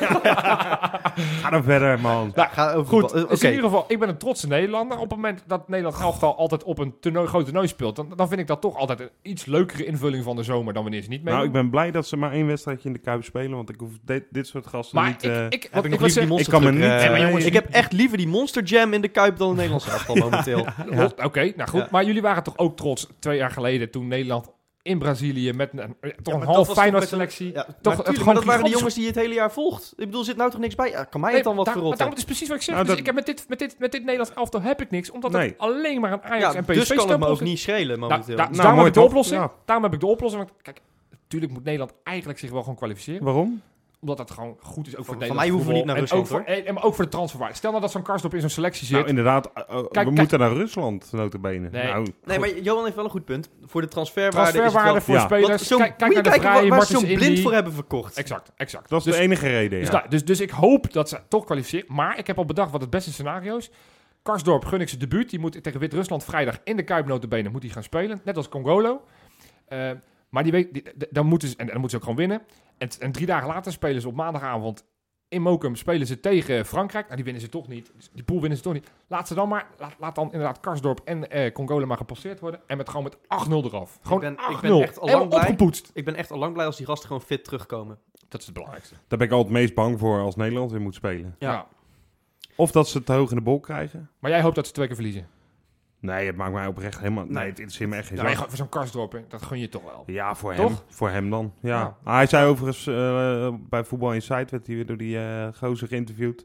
Ga dan verder, man.
Nou, ga over
Ah, Goed,
voetbal. Eh,
dus in
Oké.
ieder geval, ik ben een trotse Nederlander. Op het moment dat Nederland elftal altijd op een toernooi, groot toernooi speelt, dan, dan vind ik dat toch altijd een iets leukere invulling van de zomer dan wanneer ze niet meedoen.
Nou, ik ben blij dat ze maar één wedstrijdje in de Kuip spelen, want ik hoef dit, dit soort gasten
maar
niet...
ik,
eh,
ik, wat
Heb
ik
ik nog
wil
liever die
zeggen-
monster eh,
kan me niet-
Nee, maar jongens,
Ik heb echt liever die Monster Jam in de Kuip dan een Nederlands elftal momenteel.
Rot- Oké, nou goed.
Ja.
Maar jullie waren toch ook trots twee jaar geleden toen Nederland in Brazilië met een, eh, toch
Ja,
een
maar
half
dat was toch met
Feyenoord
een-
selectie.
Ja,
Toch
maar,
het
tuurlijk, maar
gewoon
dat waren de
gigantisch-
jongens die het hele jaar volgt. Ik bedoel, zit nou toch niks bij? Ja, kan mij het dan wat
daar, maar
verrotten?
daarom, het is precies wat ik zeg.
Nou,
dus
dat-
ik heb met dit, met dit, met dit Nederlands elftal heb ik niks, omdat
Nee.
het alleen maar een Ajax
Ja,
en PSV
dus kan het me
stempel
ook
zit.
niet schelen
Nou, da-
momenteel.
daarom
mooi
heb ik de
toch?
oplossing.
Ja.
Daarom heb ik de oplossing. Want kijk, natuurlijk moet Nederland eigenlijk zich wel gewoon kwalificeren.
Waarom?
Omdat dat gewoon goed is ook voor
Van-
het
van
Nederlands
mij hoeven we niet naar
voetbal.
Rusland,
en ook voor, en, en maar ook voor de transferwaarde. Stel nou dat zo'n Karsdorp in zo'n selectie zit.
Nou, inderdaad, eh, eh, we
kijk.
moeten naar Rusland, notabene.
Nee.
Nou,
nee, maar Johan heeft wel een goed punt. Voor de transferwaarde,
transferwaarde
is
voor
Ja.
het wel...
spelers.
Want zo'n-
Kijk, kijk
moet je
naar de
kijken
vrije
waar, waar ze zo'n
Martens
blind
Indy.
voor hebben verkocht.
Exact, exact.
dat is
Dus-
de enige reden,
Dus,
ja.
daar- dus, dus ik hoop dat ze toch kwalificeren. Maar ik heb al bedacht wat het beste scenario is. Karsdorp gun ik zijn debuut. Die moet tegen Wit-Rusland vrijdag in de Kuip notabene moet hij gaan spelen. Net als Congolo. Eh, maar die weet, die- d- dan, moeten ze, en, dan moeten ze ook gewoon winnen. En, t- en drie dagen later spelen ze op maandagavond in Mokum spelen ze tegen Frankrijk. Nou, die winnen ze toch niet. Dus Die pool winnen ze toch niet. Laat ze dan maar, laat, laat dan inderdaad Karsdorp en eh Congolo maar gepasseerd worden. En met gewoon met 8-0 eraf. Gewoon
ben- ik ben
8-0.
echt al lang
Helemaal
blij.
opgepoetst.
Ik ben echt al lang blij als die gasten gewoon fit terugkomen.
Dat is het belangrijkste.
Daar ben ik al het meest bang voor als Nederland weer moet spelen.
Ja.
ja.
Of dat ze te hoog in de bol krijgen.
Maar jij hoopt dat ze twee keer verliezen.
Nee, het maakt mij oprecht helemaal... Nee,
Nee.
het interesseert me echt geen
Ja, maar je
zak.
gaat voor zo'n karsdorp, dat gun je toch wel.
Ja, voor hem.
Toch?
Voor hem dan, ja.
Ja.
Ah, hij zei overigens eh, bij Voetbal Insight, werd hij weer door die eh, gozer geïnterviewd.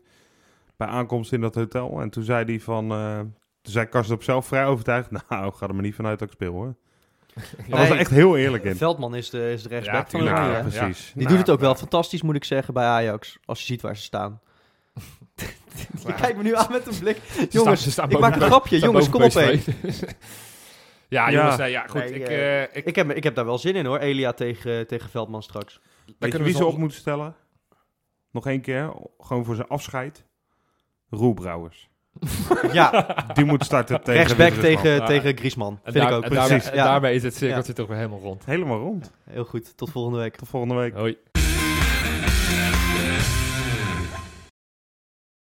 Bij aankomst in dat hotel. En toen zei hij van... eh, toen zei Karsdorp zelf vrij overtuigd. Nou, ga er maar niet vanuit dat ik speel hoor. Hij was
Nee.
er echt heel eerlijk in.
Veldman is de, is de rechtsback van
tuurlijk,
Oranje,
Ja,
ja.
hè?
precies.
Die
Nou,
doet het ook wel fantastisch, moet ik zeggen, bij Ajax. Als je ziet waar ze staan. Je kijkt me nu aan met een blik. Jongens,
ze staan
ik maak een grapje. Jongens, kom op hé.
Ja,
Ja.
jongens, nee, ja, goed.
Nee,
ik,
eh,
eh, ik,
Ik heb, ik heb daar wel zin in hoor, Elia tegen, tegen Veldman straks.
Weet je
kunnen
wie
we
ze
nog-
op moeten stellen? Nog één keer, gewoon voor zijn afscheid. Roel Brouwers.
Ja,
Die moet starten tegen
rechtsback
Wit-Rusland.
tegen,
Ja.
tegen Griezmann.
en
Vind ik
daar-
ook.
en daar-
precies.
en
Ja.
Daarmee is het cirkeltje toch weer helemaal rond.
Helemaal rond.
Heel goed, tot volgende week.
Tot volgende week.
Hoi.